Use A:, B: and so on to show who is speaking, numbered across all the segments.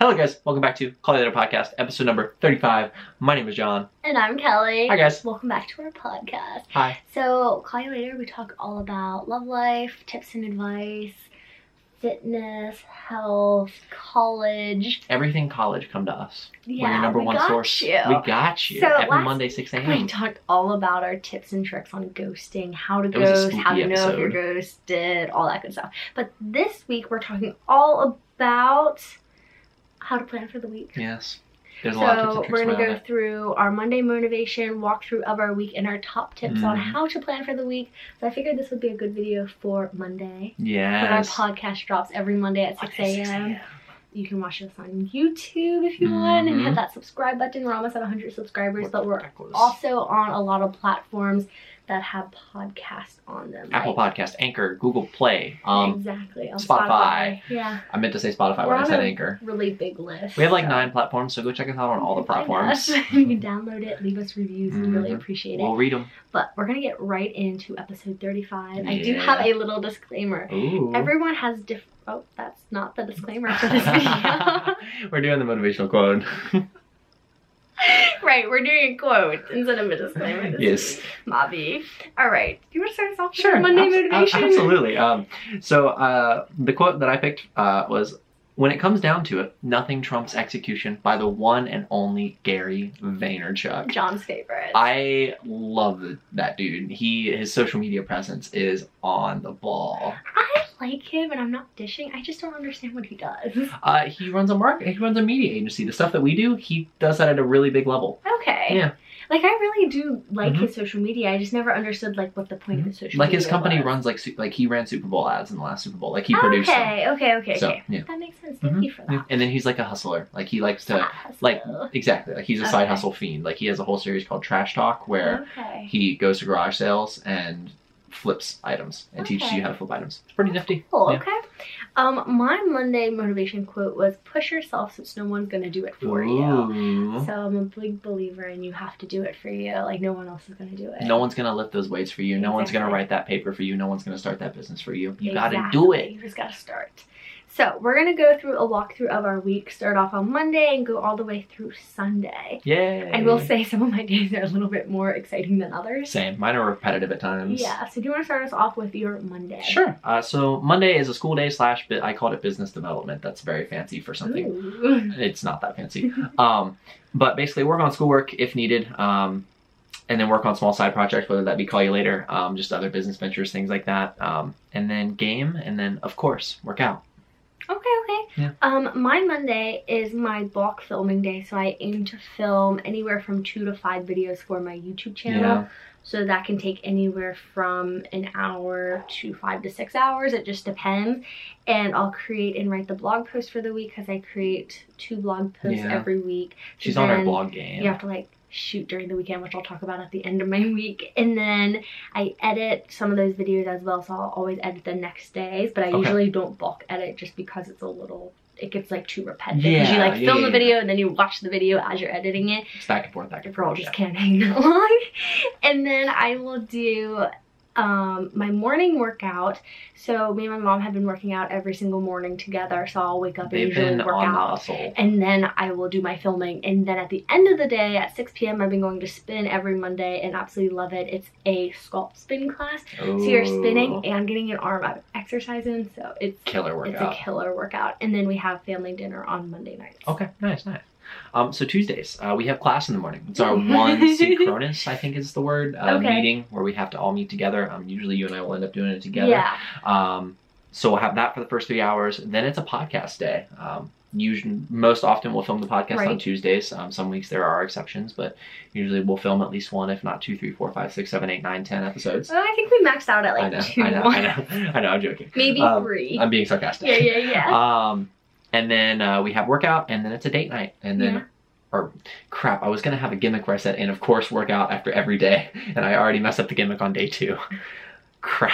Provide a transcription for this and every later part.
A: Hello, guys. Welcome back to Call the Other Podcast, episode number 35. My name is John.
B: And I'm Kelly.
A: Hi, guys.
B: Welcome back to our podcast.
A: Hi.
B: So, call you later. We talk all about love life, tips and advice, fitness, health, college.
A: Everything college, come to us.
B: Yeah,
A: We're your number
B: we
A: one
B: got
A: source.
B: you.
A: We got you
B: So
A: every
B: last
A: Monday, 6
B: we
A: a.m.
B: talked all about our tips and tricks on ghosting, how to
A: It was a
B: ghost, how to
A: spooky
B: know if you're ghosted, all that good stuff. But this week we're talking all about how to plan for the week.
A: Yes. There's a lot of tips
B: So
A: and tricks
B: we're gonna
A: around
B: go
A: it.
B: through our Monday motivation walkthrough of our week and our top tips on
A: Mhm.
B: how to plan for the week. So I figured this would be a good video for Monday. When our
A: Yes.
B: podcast drops every Monday at 6
A: Monday, 6
B: a.m. You can watch us on YouTube if you want and
A: Mhm.
B: hit that subscribe button. We're almost at 100 subscribers, but we're
A: Backwards.
B: also on a lot of platforms that have podcasts on them.
A: Apple
B: like-
A: Podcast, Anchor, Google Play. Um,
B: exactly. On
A: Spotify.
B: Spotify. Yeah.
A: I meant to say Spotify
B: We're
A: when I
B: on
A: said
B: a
A: Anchor.
B: Really big list.
A: We have like
B: so-
A: nine platforms, so go check us out on all the
B: You can find
A: platforms.
B: us. you can download it, leave us reviews. We really
A: Mhm.
B: appreciate it.
A: We'll read them.
B: but we're going to get right into episode 35. I do have
A: Yeah.
B: a little disclaimer.
A: Ooh.
B: Everyone has different. Oh, that's not the disclaimer for this video.
A: We're doing the motivational quote.
B: right, we're doing a quote instead of a disclaimer. This
A: yes.
B: is Mavi. All right. You want to start us off with
A: Sure.
B: our Monday
A: abs-
B: motivation?
A: ab- absolutely. Um, so uh, the quote that I picked uh, was When it comes down to it, nothing trumps execution by the one and only Gary Vaynerchuk.
B: John's favorite.
A: I love th- that dude. He his social media presence is on the ball.
B: I like him and I'm not dishing. I just don't understand what he does.
A: Uh, he runs a market. He runs a media agency. The stuff that we do, he does that at a really big level.
B: Okay.
A: Yeah.
B: Like I really do like
A: Mhm.
B: his social media. I just never understood like what the point of his social
A: Mm-hmm. Like
B: media
A: his company
B: was.
A: runs like su- like he ran Super Bowl ads in the last Super Bowl. Like he produced them.
B: Okay, okay, okay,
A: So
B: okay.
A: yeah.
B: That makes sense. Thank
A: Mhm.
B: you for that.
A: And then he's like a hustler. Like he likes to
B: Ah,
A: like
B: so-
A: exactly like he's a side
B: Okay.
A: hustle fiend like he has a whole series called trash talk where
B: okay.
A: he goes to garage sales and flips items and teaches
B: Okay.
A: you how to flip items it's pretty nifty
B: Cool,
A: Yeah.
B: okay. Um, my Monday motivation quote was push yourself since no one's gonna do it for you.
A: Ooh.
B: So I'm a big believer in you have to do it for you. Like no one else is gonna do it.
A: no one's gonna lift those weights for you no one's gonna
B: Exactly.
A: write that paper for you no one's gonna start that business for you you gotta do
B: Exactly.
A: it
B: You just gotta start. So we're gonna go through a walkthrough of our week, start off on Monday and go all the way through Sunday.
A: yeah
B: I will say some of my days are a little bit more exciting than others.
A: same mine are repetitive at times
B: Yeah. So do you want to start us off with your Monday?
A: Sure. Uh, so Monday is a school day slash. Bit, I called it business development. That's very fancy for something
B: Ooh.
A: it's not that fancy. um, but basically, work on schoolwork if needed, um, and then work on small side projects, whether that be call you later, um, just other business ventures, things like that. Um, and then game, and then of course work out.
B: Okay, okay.
A: Yeah.
B: Um, my Monday is my block filming day, so I aim to film anywhere from two to five videos for my YouTube channel. So that can take anywhere from an hour to five to six hours. It just depends. And I'll create and write the blog post for the week because I create two blog posts
A: Yeah.
B: every week.
A: she's on her
B: Then-
A: blog game.
B: You have to like shoot during the weekend, which I'll talk about at the end of my week. And then I edit some of those videos as well, so I'll always edit the next days. But I
A: Okay.
B: usually don't bulk edit just because it's a little. It gets like too repetitive. 'Cause you
A: Yeah,
B: like
A: yeah, yeah,
B: film the
A: yeah.
B: video and then you watch the video as you're editing it.
A: It's back and forth, back and
B: If we're all
A: forth.
B: just
A: yeah.
B: can't hang that long. And then I will do um, my morning workout. So me and my mom have been working out every single morning together. So I'll wake up and
A: They've
B: usually
A: been
B: work
A: on the
B: out
A: hustle.
B: and then I will do my filming. And then at the end of the day at 6 p.m., I've been going to spin every Monday and absolutely love it. It's a sculpt spin class. So you're
A: Ooh.
B: spinning and getting an arm up exercise in. So it's
A: Killer
B: it's
A: workout.
B: a killer workout. And then we have family dinner on Monday nights.
A: Okay, nice, nice. Um, so Tuesdays, uh, we have class in the morning. It's our one synchronous, I think is the word, uh,
B: Okay.
A: meeting where we have to all meet together. Um, usually you and I will end up doing it together.
B: Yeah.
A: Um, so we'll have that for the first three hours. Then it's a podcast day. Um, usually, most often we'll film the podcast on
B: Right.
A: Tuesdays. Um, some weeks there are exceptions, but usually we'll film at least one, if not two, three, four, five, six, seven, eight, nine, ten episodes.
B: Well, I think we maxed out at
A: I
B: Oh, like
A: know,
B: two,
A: I know, I know, I know. I'm joking.
B: maybe
A: Um,
B: three.
A: I'm being sarcastic.
B: yeah, yeah, yeah.
A: Um, and then uh, we have workout, and then it's a date night, and then.
B: Yeah.
A: Or crap, I was gonna have a gimmick where I said, and of course, workout after every day, and I already messed up the gimmick on day two. crap.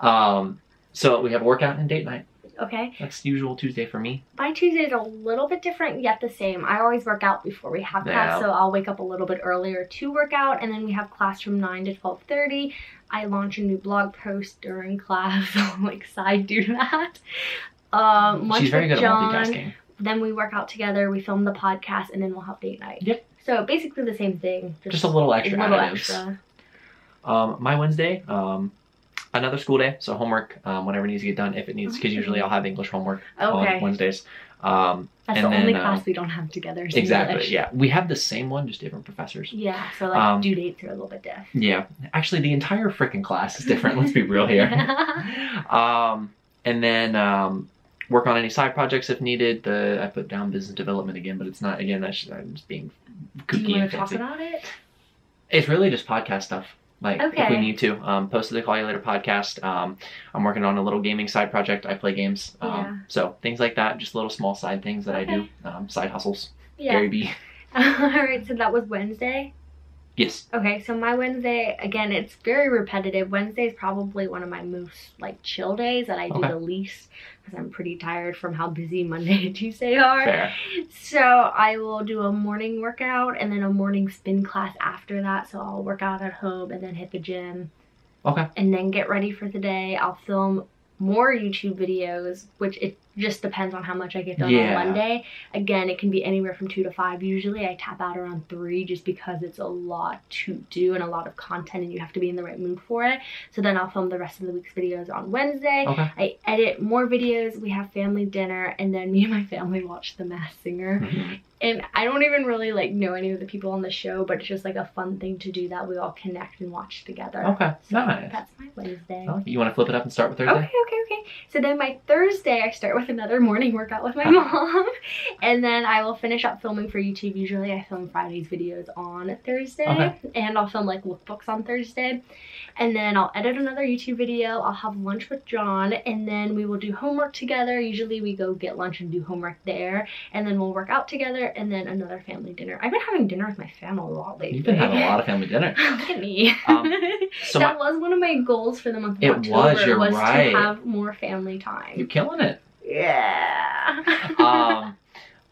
A: Um, so we have workout and date night.
B: okay.
A: That's usual Tuesday for me.
B: My Tuesday's a little bit different, yet the same. I always work out before we have
A: Yeah.
B: class, so I'll wake up a little bit earlier to work out, and then we have class from nine to twelve thirty. I launch a new blog post during class. I'll like side do that. Um, lunch
A: She's very
B: with
A: good
B: John.
A: at multitasking.
B: Then we work out together, we film the podcast, and then we'll have date night.
A: Yep.
B: So basically the same thing.
A: Just a little extra
B: little
A: additives.
B: extra.
A: Um, my Wednesday, um, another school day, so homework, um, whenever it needs to get done, if it needs, because usually I'll have English homework on
B: Okay.
A: Wednesdays. Um,
B: That's
A: and
B: the only
A: then, uh,
B: class we don't have together. so
A: exactly.
B: English.
A: Yeah, we have the same one, just different professors.
B: Yeah. So like
A: Um,
B: due dates are a little bit diff.
A: Yeah, actually, the entire freaking class is different. let's be real here. um, and then um, work on any side projects if needed. The I put down business development again, but it's not again. That's I'm just being
B: Do you
A: kooky
B: want
A: and
B: to talk
A: fancy.
B: about it?
A: It's really just podcast stuff. Like if we
B: Okay.
A: need to, um, post to the call you later podcast. Um, I'm working on a little gaming side project. I play games, um,
B: Yeah.
A: so things like that. Just little small side things that I do,
B: Okay.
A: um, side hustles.
B: Yeah.
A: Gary B.
B: All right. So that was Wednesday.
A: Yes.
B: Okay, so my Wednesday again, it's very repetitive. Wednesday is probably one of my most like chill days that I do
A: Okay.
B: the least because I'm pretty tired from how busy Monday and Tuesday are.
A: Fair.
B: So I will do a morning workout and then a morning spin class after that. So I'll work out at home and then hit the gym.
A: Okay.
B: And then get ready for the day. I'll film more YouTube videos, which it just depends on how much I get done
A: Yeah.
B: on Monday. Again, it can be anywhere from two to five. Usually I tap out around three just because it's a lot to do and a lot of content and you have to be in the right mood for it. So then I'll film the rest of the week's videos on Wednesday.
A: Okay.
B: I edit more videos, we have family dinner, and then me and my family watch The Masked Singer.
A: Mhm.
B: And I don't even really like know any of the people on the show, but it's just like a fun thing to do that we all connect and watch together.
A: Okay.
B: So
A: Oh, Nice. Oh,
B: That's my Wednesday.
A: I like it. You want to flip it up and start with Thursday?
B: Okay, okay, okay. So then my Thursday, I start with another morning workout with my mom. And then I will finish up filming for YouTube. Usually I film Friday's videos on Thursday.
A: Okay.
B: And I'll film like lookbooks on Thursday. And then I'll edit another YouTube video. I'll have lunch with John. And then we will do homework together. Usually we go get lunch and do homework there. And then we'll work out together. And then another family dinner. I've been having dinner with my family a lot lately.
A: You've been having a lot of family dinner.
B: Look at me.
A: Um, So my,
B: that was one of my goals for the month of
A: It was,
B: October
A: you're
B: was
A: right.
B: to have more family
A: you're
B: time.
A: killing it.
B: Yeah.
A: Um,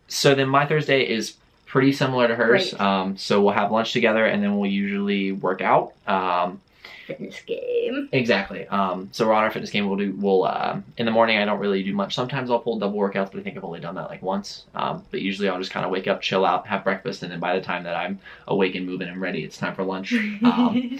A: so then my Thursday is pretty similar to hers.
B: Great.
A: Um, so we'll have lunch together and then we'll usually work out. Um,
B: Fitness game.
A: exactly. Um, so we're on our fitness game. We'll do, we'll, um in the morning, I don't really do much. Sometimes I'll pull double workouts, but I think I've only done that like once. Um, but usually I'll just kind of wake up, chill out, have breakfast. And then by the time that I'm awake and moving and ready, it's time for lunch. Um,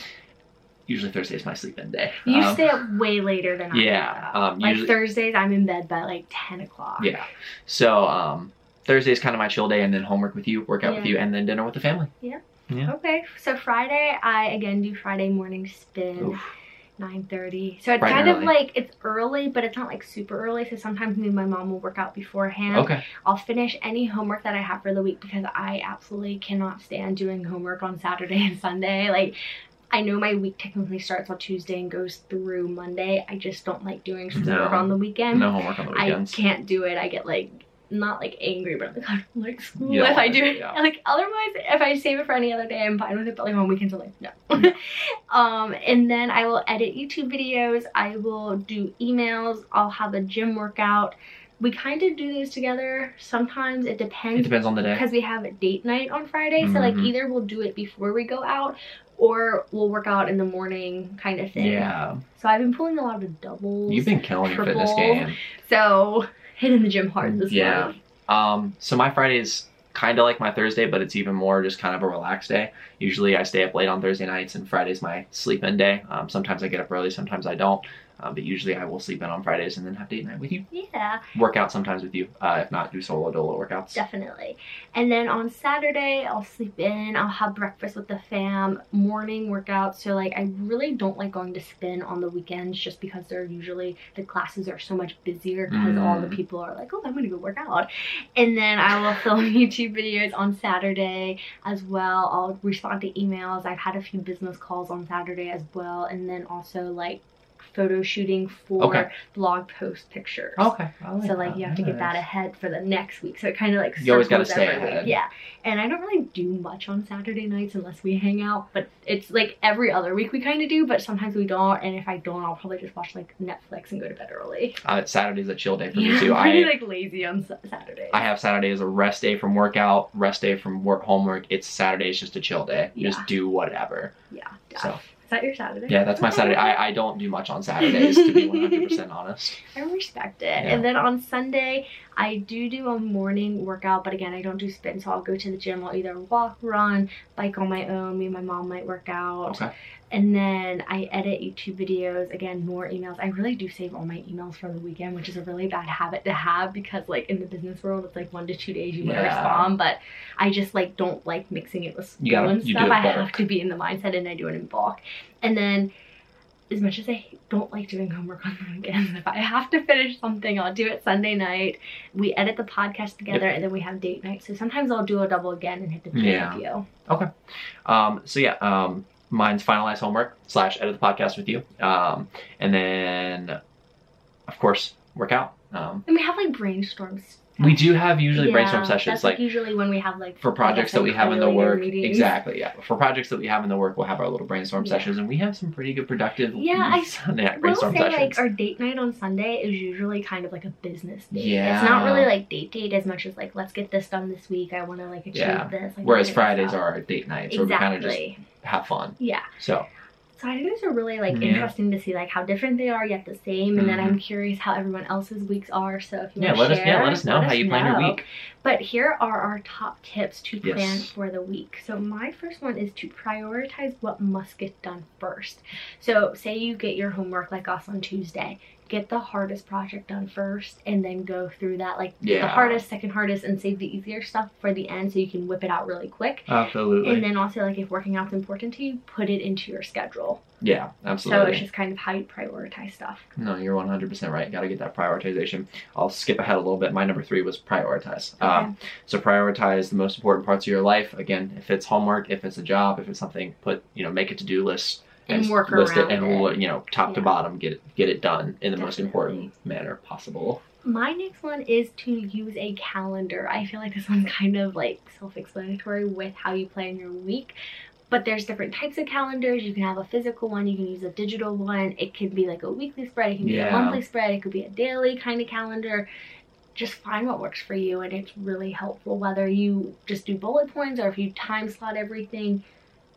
A: usually Thursday is my sleep in day.
B: you
A: Um,
B: stay up way later than I
A: yeah,
B: do, though.
A: um,
B: like
A: usually-
B: Thursdays, I'm in bed by like ten o'clock.
A: Yeah. So um, Thursday is kind of my chill day, and then homework with you, workout with
B: Yeah.
A: you, and then dinner with the family.
B: Okay. So Friday, I again do Friday morning spin.
A: Oof.
B: 9.30 so it's
A: Bright and
B: kind of
A: early.
B: like it's early but it's not like super early so sometimes me and my mom will work out beforehand
A: Okay.
B: I'll finish any homework that I have for the week because I absolutely cannot stand doing homework on Saturday and Sunday. Like, I know my week technically starts on Tuesday and goes through Monday. I just don't like doing schoolwork
A: No.
B: on the weekend.
A: No homework on the
B: I
A: weekends.
B: can't do it. I get like not like angry, but I'm like I don't like school
A: You don't
B: if I
A: wanna
B: do
A: do
B: it.
A: it, yeah.
B: Like otherwise, if I save it for any other day, I'm fine with it. But like on weekends, I'm like no. um, and then I will edit YouTube videos. I will do emails. I'll have a gym workout. We kind of do these together. Sometimes it
A: It
B: depends
A: depends on the day.
B: because we have a date night on Friday. So like
A: Mhm.
B: either we'll do it before we go out, or we'll work out in the morning, kind of thing.
A: Yeah.
B: So I've been pulling a lot of doubles.
A: You've been killing your fitness
B: Triple.
A: game.
B: So hitting the gym hard this
A: Yeah.
B: month.
A: Um, so my Friday is kind of like my Thursday, but it's even more just kind of a relaxed day. Usually I stay up late on Thursday nights, and Friday's my sleep in day. Um, sometimes I get up early, sometimes I don't. Um, but usually I will sleep in on Fridays and then have date night with you.
B: Yeah,
A: Work out sometimes with you. Uh, if not, do solo dolo workouts.
B: definitely. And then on Saturday, I'll sleep in. I'll have breakfast with the fam, morning workout. So, like, I really don't like going to spin on the weekends just because they're usually, the classes are so much busier because all the
A: Mm.
B: people are like, oh, I'm going to go work out. And then I will film YouTube videos on Saturday as well. I'll respond to emails. I've had a few business calls on Saturday as well. And then also, like, photo shooting for
A: Okay.
B: blog post pictures.
A: Okay. I
B: So like you have to get that
A: Nice.
B: ahead for the next week. So it kind of like
A: You always gotta
B: circles
A: stay
B: everything.
A: ahead.
B: Yeah, and I don't really do much on Saturday nights unless we hang out. But it's like every other week we kind of do, but sometimes we don't. And if I don't, I'll probably just watch like Netflix and go to bed early.
A: Uh, Saturday's a chill day for
B: Yeah,
A: me too.
B: I'm pretty
A: I
B: like lazy on Sa- Saturdays.
A: I have Saturday as a rest day from workout, rest day from work homework. It's Saturday is just a chill day. You
B: Yeah.
A: Just do whatever.
B: yeah,
A: So
B: Is that your Saturday?
A: Yeah, that's my
B: Okay.
A: Saturday. I, I don't do much on Saturdays, to be 100% honest.
B: I respect it.
A: Yeah.
B: And then on Sunday, I do do a morning workout, but again, I don't do spin, so I'll go to the gym. I'll either walk, run, bike on my own. Me and my mom might work out.
A: Okay.
B: And then I edit YouTube videos. Again, more emails. I really do save all my emails for the weekend, which is a really bad habit to have because, like, in the business world, it's like one to two days you want to
A: Yeah.
B: respond, but I just like don't like mixing it with
A: You
B: school
A: gotta-
B: and
A: you do
B: stuff.
A: it
B: I have
A: bulk.
B: to be in the mindset, and I do it in bulk. And then as much as I don't like doing homework on the weekends, if I have to finish something, I'll do it Sunday night. We edit the podcast together and then we have date night. So sometimes I'll do a double again and hit the
A: Yeah.
B: preview. Yeah.
A: Um, so yeah, um, mine's finalize homework slash edit the podcast with you, um, and then of course work out. Um,
B: And we have like brainstorms.
A: we do have usually brainstorm
B: Yeah,
A: sessions
B: That's like,
A: like
B: usually when we have like
A: for projects that we have in the
B: evaluator
A: work.
B: meetings.
A: Exactly, yeah. For projects that we have in the work, we'll have our little brainstorm
B: Yeah.
A: sessions, and we have some pretty good productive
B: Yeah, I
A: yeah,
B: We'll say
A: brainstorm sessions.
B: like our date night on Sunday is usually kind of like a business date.
A: Yeah.
B: It's not really like date date as much as like let's get this done this week. I want to like achieve
A: Yeah.
B: this. Like,
A: Whereas
B: let's get
A: Fridays
B: this done.
A: are our date nights,
B: exactly.
A: where we kind of just have fun.
B: yeah.
A: So
B: So I think those are really like
A: Yeah.
B: interesting to see like how different they are yet the same, and then
A: Mhm.
B: I'm curious how everyone else's weeks are. So if you
A: yeah,
B: want
A: let
B: to
A: us
B: share,
A: yeah let us know how you plan your
B: know.
A: week.
B: But here are our top tips to plan
A: Yes.
B: for the week. So my first one is to prioritize what must get done first. So say you get your homework like us on Tuesday, get the hardest project done first, and then go through that like
A: Yeah.
B: the hardest, second hardest, and save the easier stuff for the end so you can whip it out really quick.
A: Absolutely.
B: And then also like if working out's important to you, put it into your schedule.
A: yeah,
B: So
A: absolutely.
B: it's just kind of how you prioritize stuff.
A: No, you're 100% right. Got to get that prioritization. I'll skip ahead a little bit. My number three was prioritize. Um, so prioritize the most important parts of your life. Again, if it's homework, if it's a job, if it's something, put you know, make a to-do list
B: And
A: s-
B: work
A: list
B: around
A: it, and
B: it.
A: we'll you know, top to
B: Yeah.
A: bottom, get it, get it done in the most
B: Definitely.
A: important manner possible.
B: My next one is to use a calendar. I feel like this one's kind of like self explanatory with how you plan your week. But there's different types of calendars. You can have a physical one, you can use a digital one. It can be like a weekly spread, it can be
A: Yeah.
B: a monthly spread, it could be a daily kind of calendar. Just find what works for you, and it's really helpful whether you just do bullet points or if you time slot everything.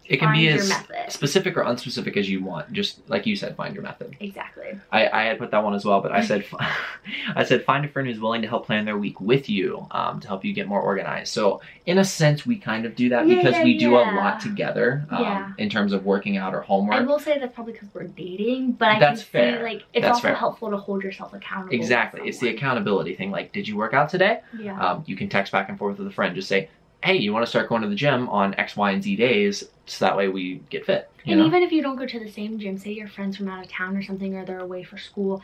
A: It can
B: find
A: be
B: your
A: as
B: method.
A: specific or unspecific as you want. Just like you said, find your method.
B: Exactly.
A: I, I had put that one as well, but I said, I said, find a friend who's willing to help plan their week with you um, to help you get more organized. So in a sense, we kind of do that
B: Yeah,
A: because
B: yeah,
A: we do a
B: yeah.
A: lot together um,
B: Yeah.
A: in terms of working out or
B: I
A: homework.
B: will say that's probably because we're dating, but I
A: That's
B: can
A: fair.
B: see like it's
A: That's
B: also
A: fair.
B: helpful to hold yourself accountable. with
A: Exactly. It's the
B: someone.
A: accountability thing. Like, did you work out today?
B: yeah.
A: Um, you can text back and forth with a friend. Just say, hey, you want to start going to the gym on X, Y, and Z days, so that way we get fit. You
B: And
A: know?
B: even if you don't go to the same gym, say your friends from out of town or something, or they're away for school,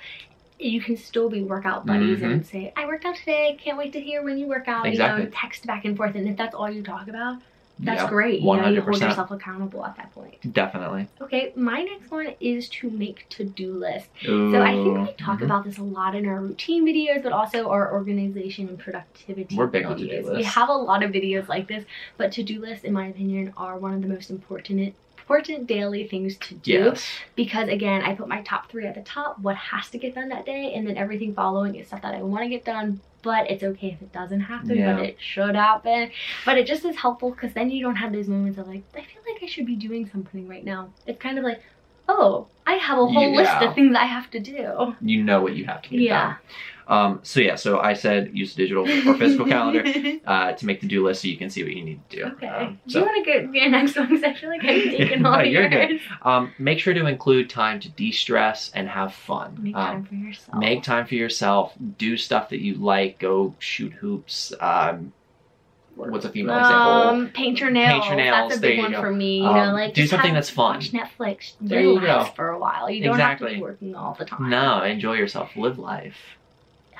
B: you can still be workout buddies and say, "I worked out today. Can't wait to hear when you work out."
A: Mm-hmm.
B: You
A: Exactly.
B: know, and text back and forth. And if that's all you talk about, that's
A: yeah,
B: great. You know, you hold
A: 100%.
B: yourself accountable at that point.
A: definitely.
B: Okay, my next one is to make to-do lists. So I
A: Ooh,
B: think we talk
A: mhm.
B: about this a lot in our routine videos, but also our organization and productivity.
A: We're big on to-do
B: videos. We
A: lists.
B: have a lot of videos like this, but to-do lists, in my opinion, are one of the most important important daily things to do
A: Yes.
B: because again i put my top three at the top what has to get done that day and then everything following is stuff that i want to get done but it's okay if it doesn't happen
A: Yeah.
B: but it should happen but it just is helpful because then you don't have those moments of like i feel like i should be doing something right now it's kind of like oh i have a whole list
A: Yeah.
B: of things i have to do
A: You know what you have to get
B: Yeah.
A: done. Um, so yeah, so I said use a digital or physical calendar uh, to make the do list so you can see what you need to do.
B: okay
A: Um,
B: do you
A: so
B: want to go to your next one because i feel like i'm taking
A: No,
B: all
A: you're good.
B: yours
A: um, make sure to include time to de-stress and have fun.
B: make
A: Um,
B: time for yourself
A: Make time for yourself. Do stuff that you like. Go shoot hoops. Um, what's a female example?
B: Um, paint your nails.
A: Paint your nails,
B: That's a
A: there
B: big
A: you
B: one
A: go.
B: for me. You
A: Um,
B: know, like
A: do
B: just
A: something
B: have-
A: that's fun.
B: Watch Netflix.
A: There you
B: relax
A: go.
B: for a while. You don't have to
A: Exactly.
B: be working all the time.
A: No, enjoy yourself. Live life.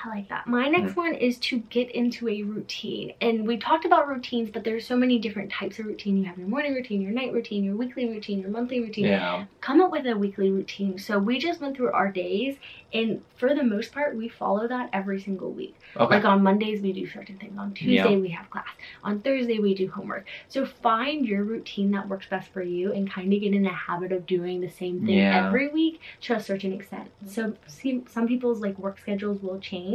B: I like that. My next
A: Mm.
B: one is to get into a routine. And we talked about routines, but there's so many different types of routine. You have your morning routine, your night routine, your weekly routine, your monthly routine.
A: Yeah.
B: Come up with a weekly routine. So we just went through our days, and for the most part, we follow that every single week.
A: Okay.
B: Like uh, on Mondays, we do certain things. On Tuesday,
A: Yeah.
B: we have class. On Thursday, we do homework. So find your routine that works best for you and kind of get in the habit of doing the same thing
A: Yeah.
B: every week to a certain extent. So see, some people's like work schedules will change.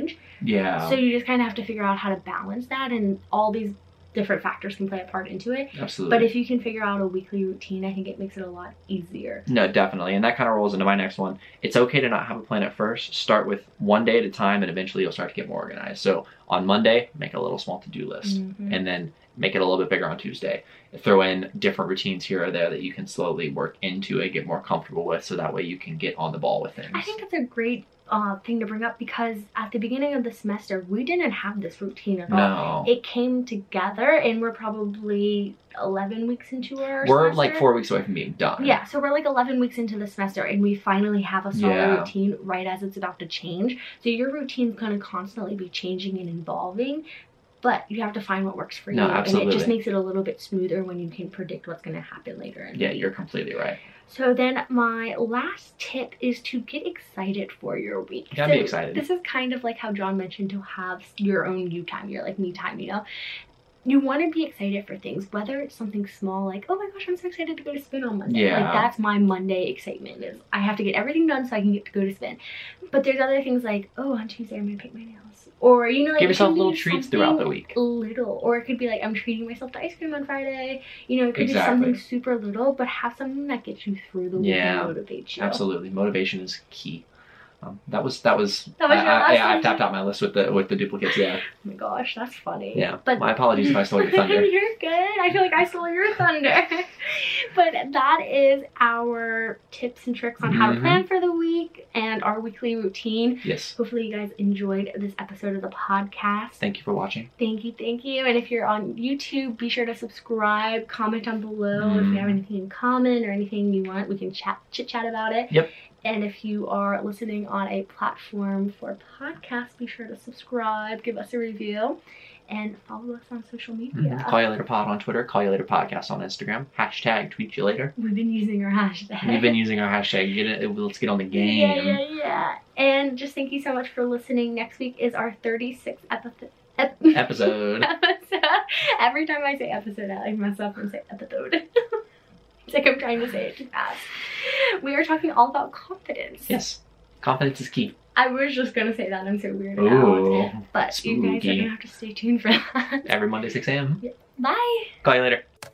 A: Yeah.
B: So you just kind of have to figure out how to balance that. And all these different factors can play a part into it.
A: Absolutely.
B: But if you can figure out a weekly routine, I think it makes it a lot easier.
A: No, definitely. And that kind of rolls into my next one. It's okay to not have a plan at first. Start with one day at a time, and eventually you'll start to get more organized. So on Monday, make a little small to do list,
B: Mhm.
A: and then make it a little bit bigger on Tuesday. Throw in different routines here or there that you can slowly work into and get more comfortable with, so that way you can get on the ball with things.
B: I think that's a great uh, thing to bring up because at the beginning of the semester, we didn't have this routine at all.
A: no.
B: It came together, and we're probably 11 weeks into our
A: We're like
B: semester.
A: four weeks away from being done.
B: Yeah, so we're like 11 weeks into the semester, and we finally have a solid
A: Yeah.
B: routine right as it's about to change. So your routine's going to constantly be changing and evolving, but you have to find what works for
A: No,
B: you. And it
A: absolutely.
B: just makes it a little bit smoother when you can predict what's going to happen later. In the
A: Yeah,
B: week.
A: you're completely right.
B: So then, my last tip is to get excited for your week.
A: You gotta be
B: So
A: excited.
B: This is kind of like how John mentioned to have your own you time, your like me time. You know, you want to be excited for things, whether it's something small like, oh my gosh, I'm so excited to go to spin on Monday.
A: Yeah.
B: Like that's my Monday excitement is I have to get everything done so I can get to go to spin. But there's other things like, oh, on Tuesday I'm gonna paint my nails, or you know, like
A: Give
B: it
A: yourself
B: can be
A: little treats throughout the
B: something
A: week.
B: little or it could be like i'm treating myself to ice cream on friday you know it could
A: Exactly.
B: be something super little but have something that gets you through the week
A: Yeah,
B: and motivates you
A: Absolutely, motivation is key. Um, that was that was.
B: That was
A: I,
B: your
A: I-
B: last
A: yeah, I've
B: one?
A: tapped out my list with the with the duplicates. Yeah,
B: oh my gosh that's funny
A: yeah.
B: but
A: my apologies if I stole your thunder.
B: You're good. I feel like I stole your thunder. but that is our tips and tricks on how to
A: Mhm.
B: plan for the week and our weekly routine.
A: Yes.
B: Hopefully, you guys enjoyed this episode of the podcast.
A: Thank you for watching.
B: Thank you, thank you. And if you're on YouTube, be sure to subscribe, comment down below if you have
A: Mm.
B: anything in common or anything you want. We can chat, chit chat about it.
A: Yep.
B: And if you are listening on a platform for podcasts, be sure to subscribe, give us a review, and follow us on social media.
A: Mhm. Call you later pod on Twitter. Call you later podcast on Instagram. Hashtag tweet you later.
B: We've been using our hashtag.
A: We've been using our hashtag. Get it. Let's get on the game.
B: Yeah, yeah, yeah. And just thank you so much for listening. Next week is our 36th episode. Ep-
A: Episode.
B: episode. Every time I say episode, I mess up and say episode. it's like I'm trying to say it too fast. We are talking all about confidence.
A: yes. Confidence is key.
B: I was just gonna say that. I'm so weird now.
A: Ooh.
B: But you guys are
A: spooky.
B: gonna have to stay tuned for that.
A: Every Monday 6 a.m.
B: Bye.
A: Call you later.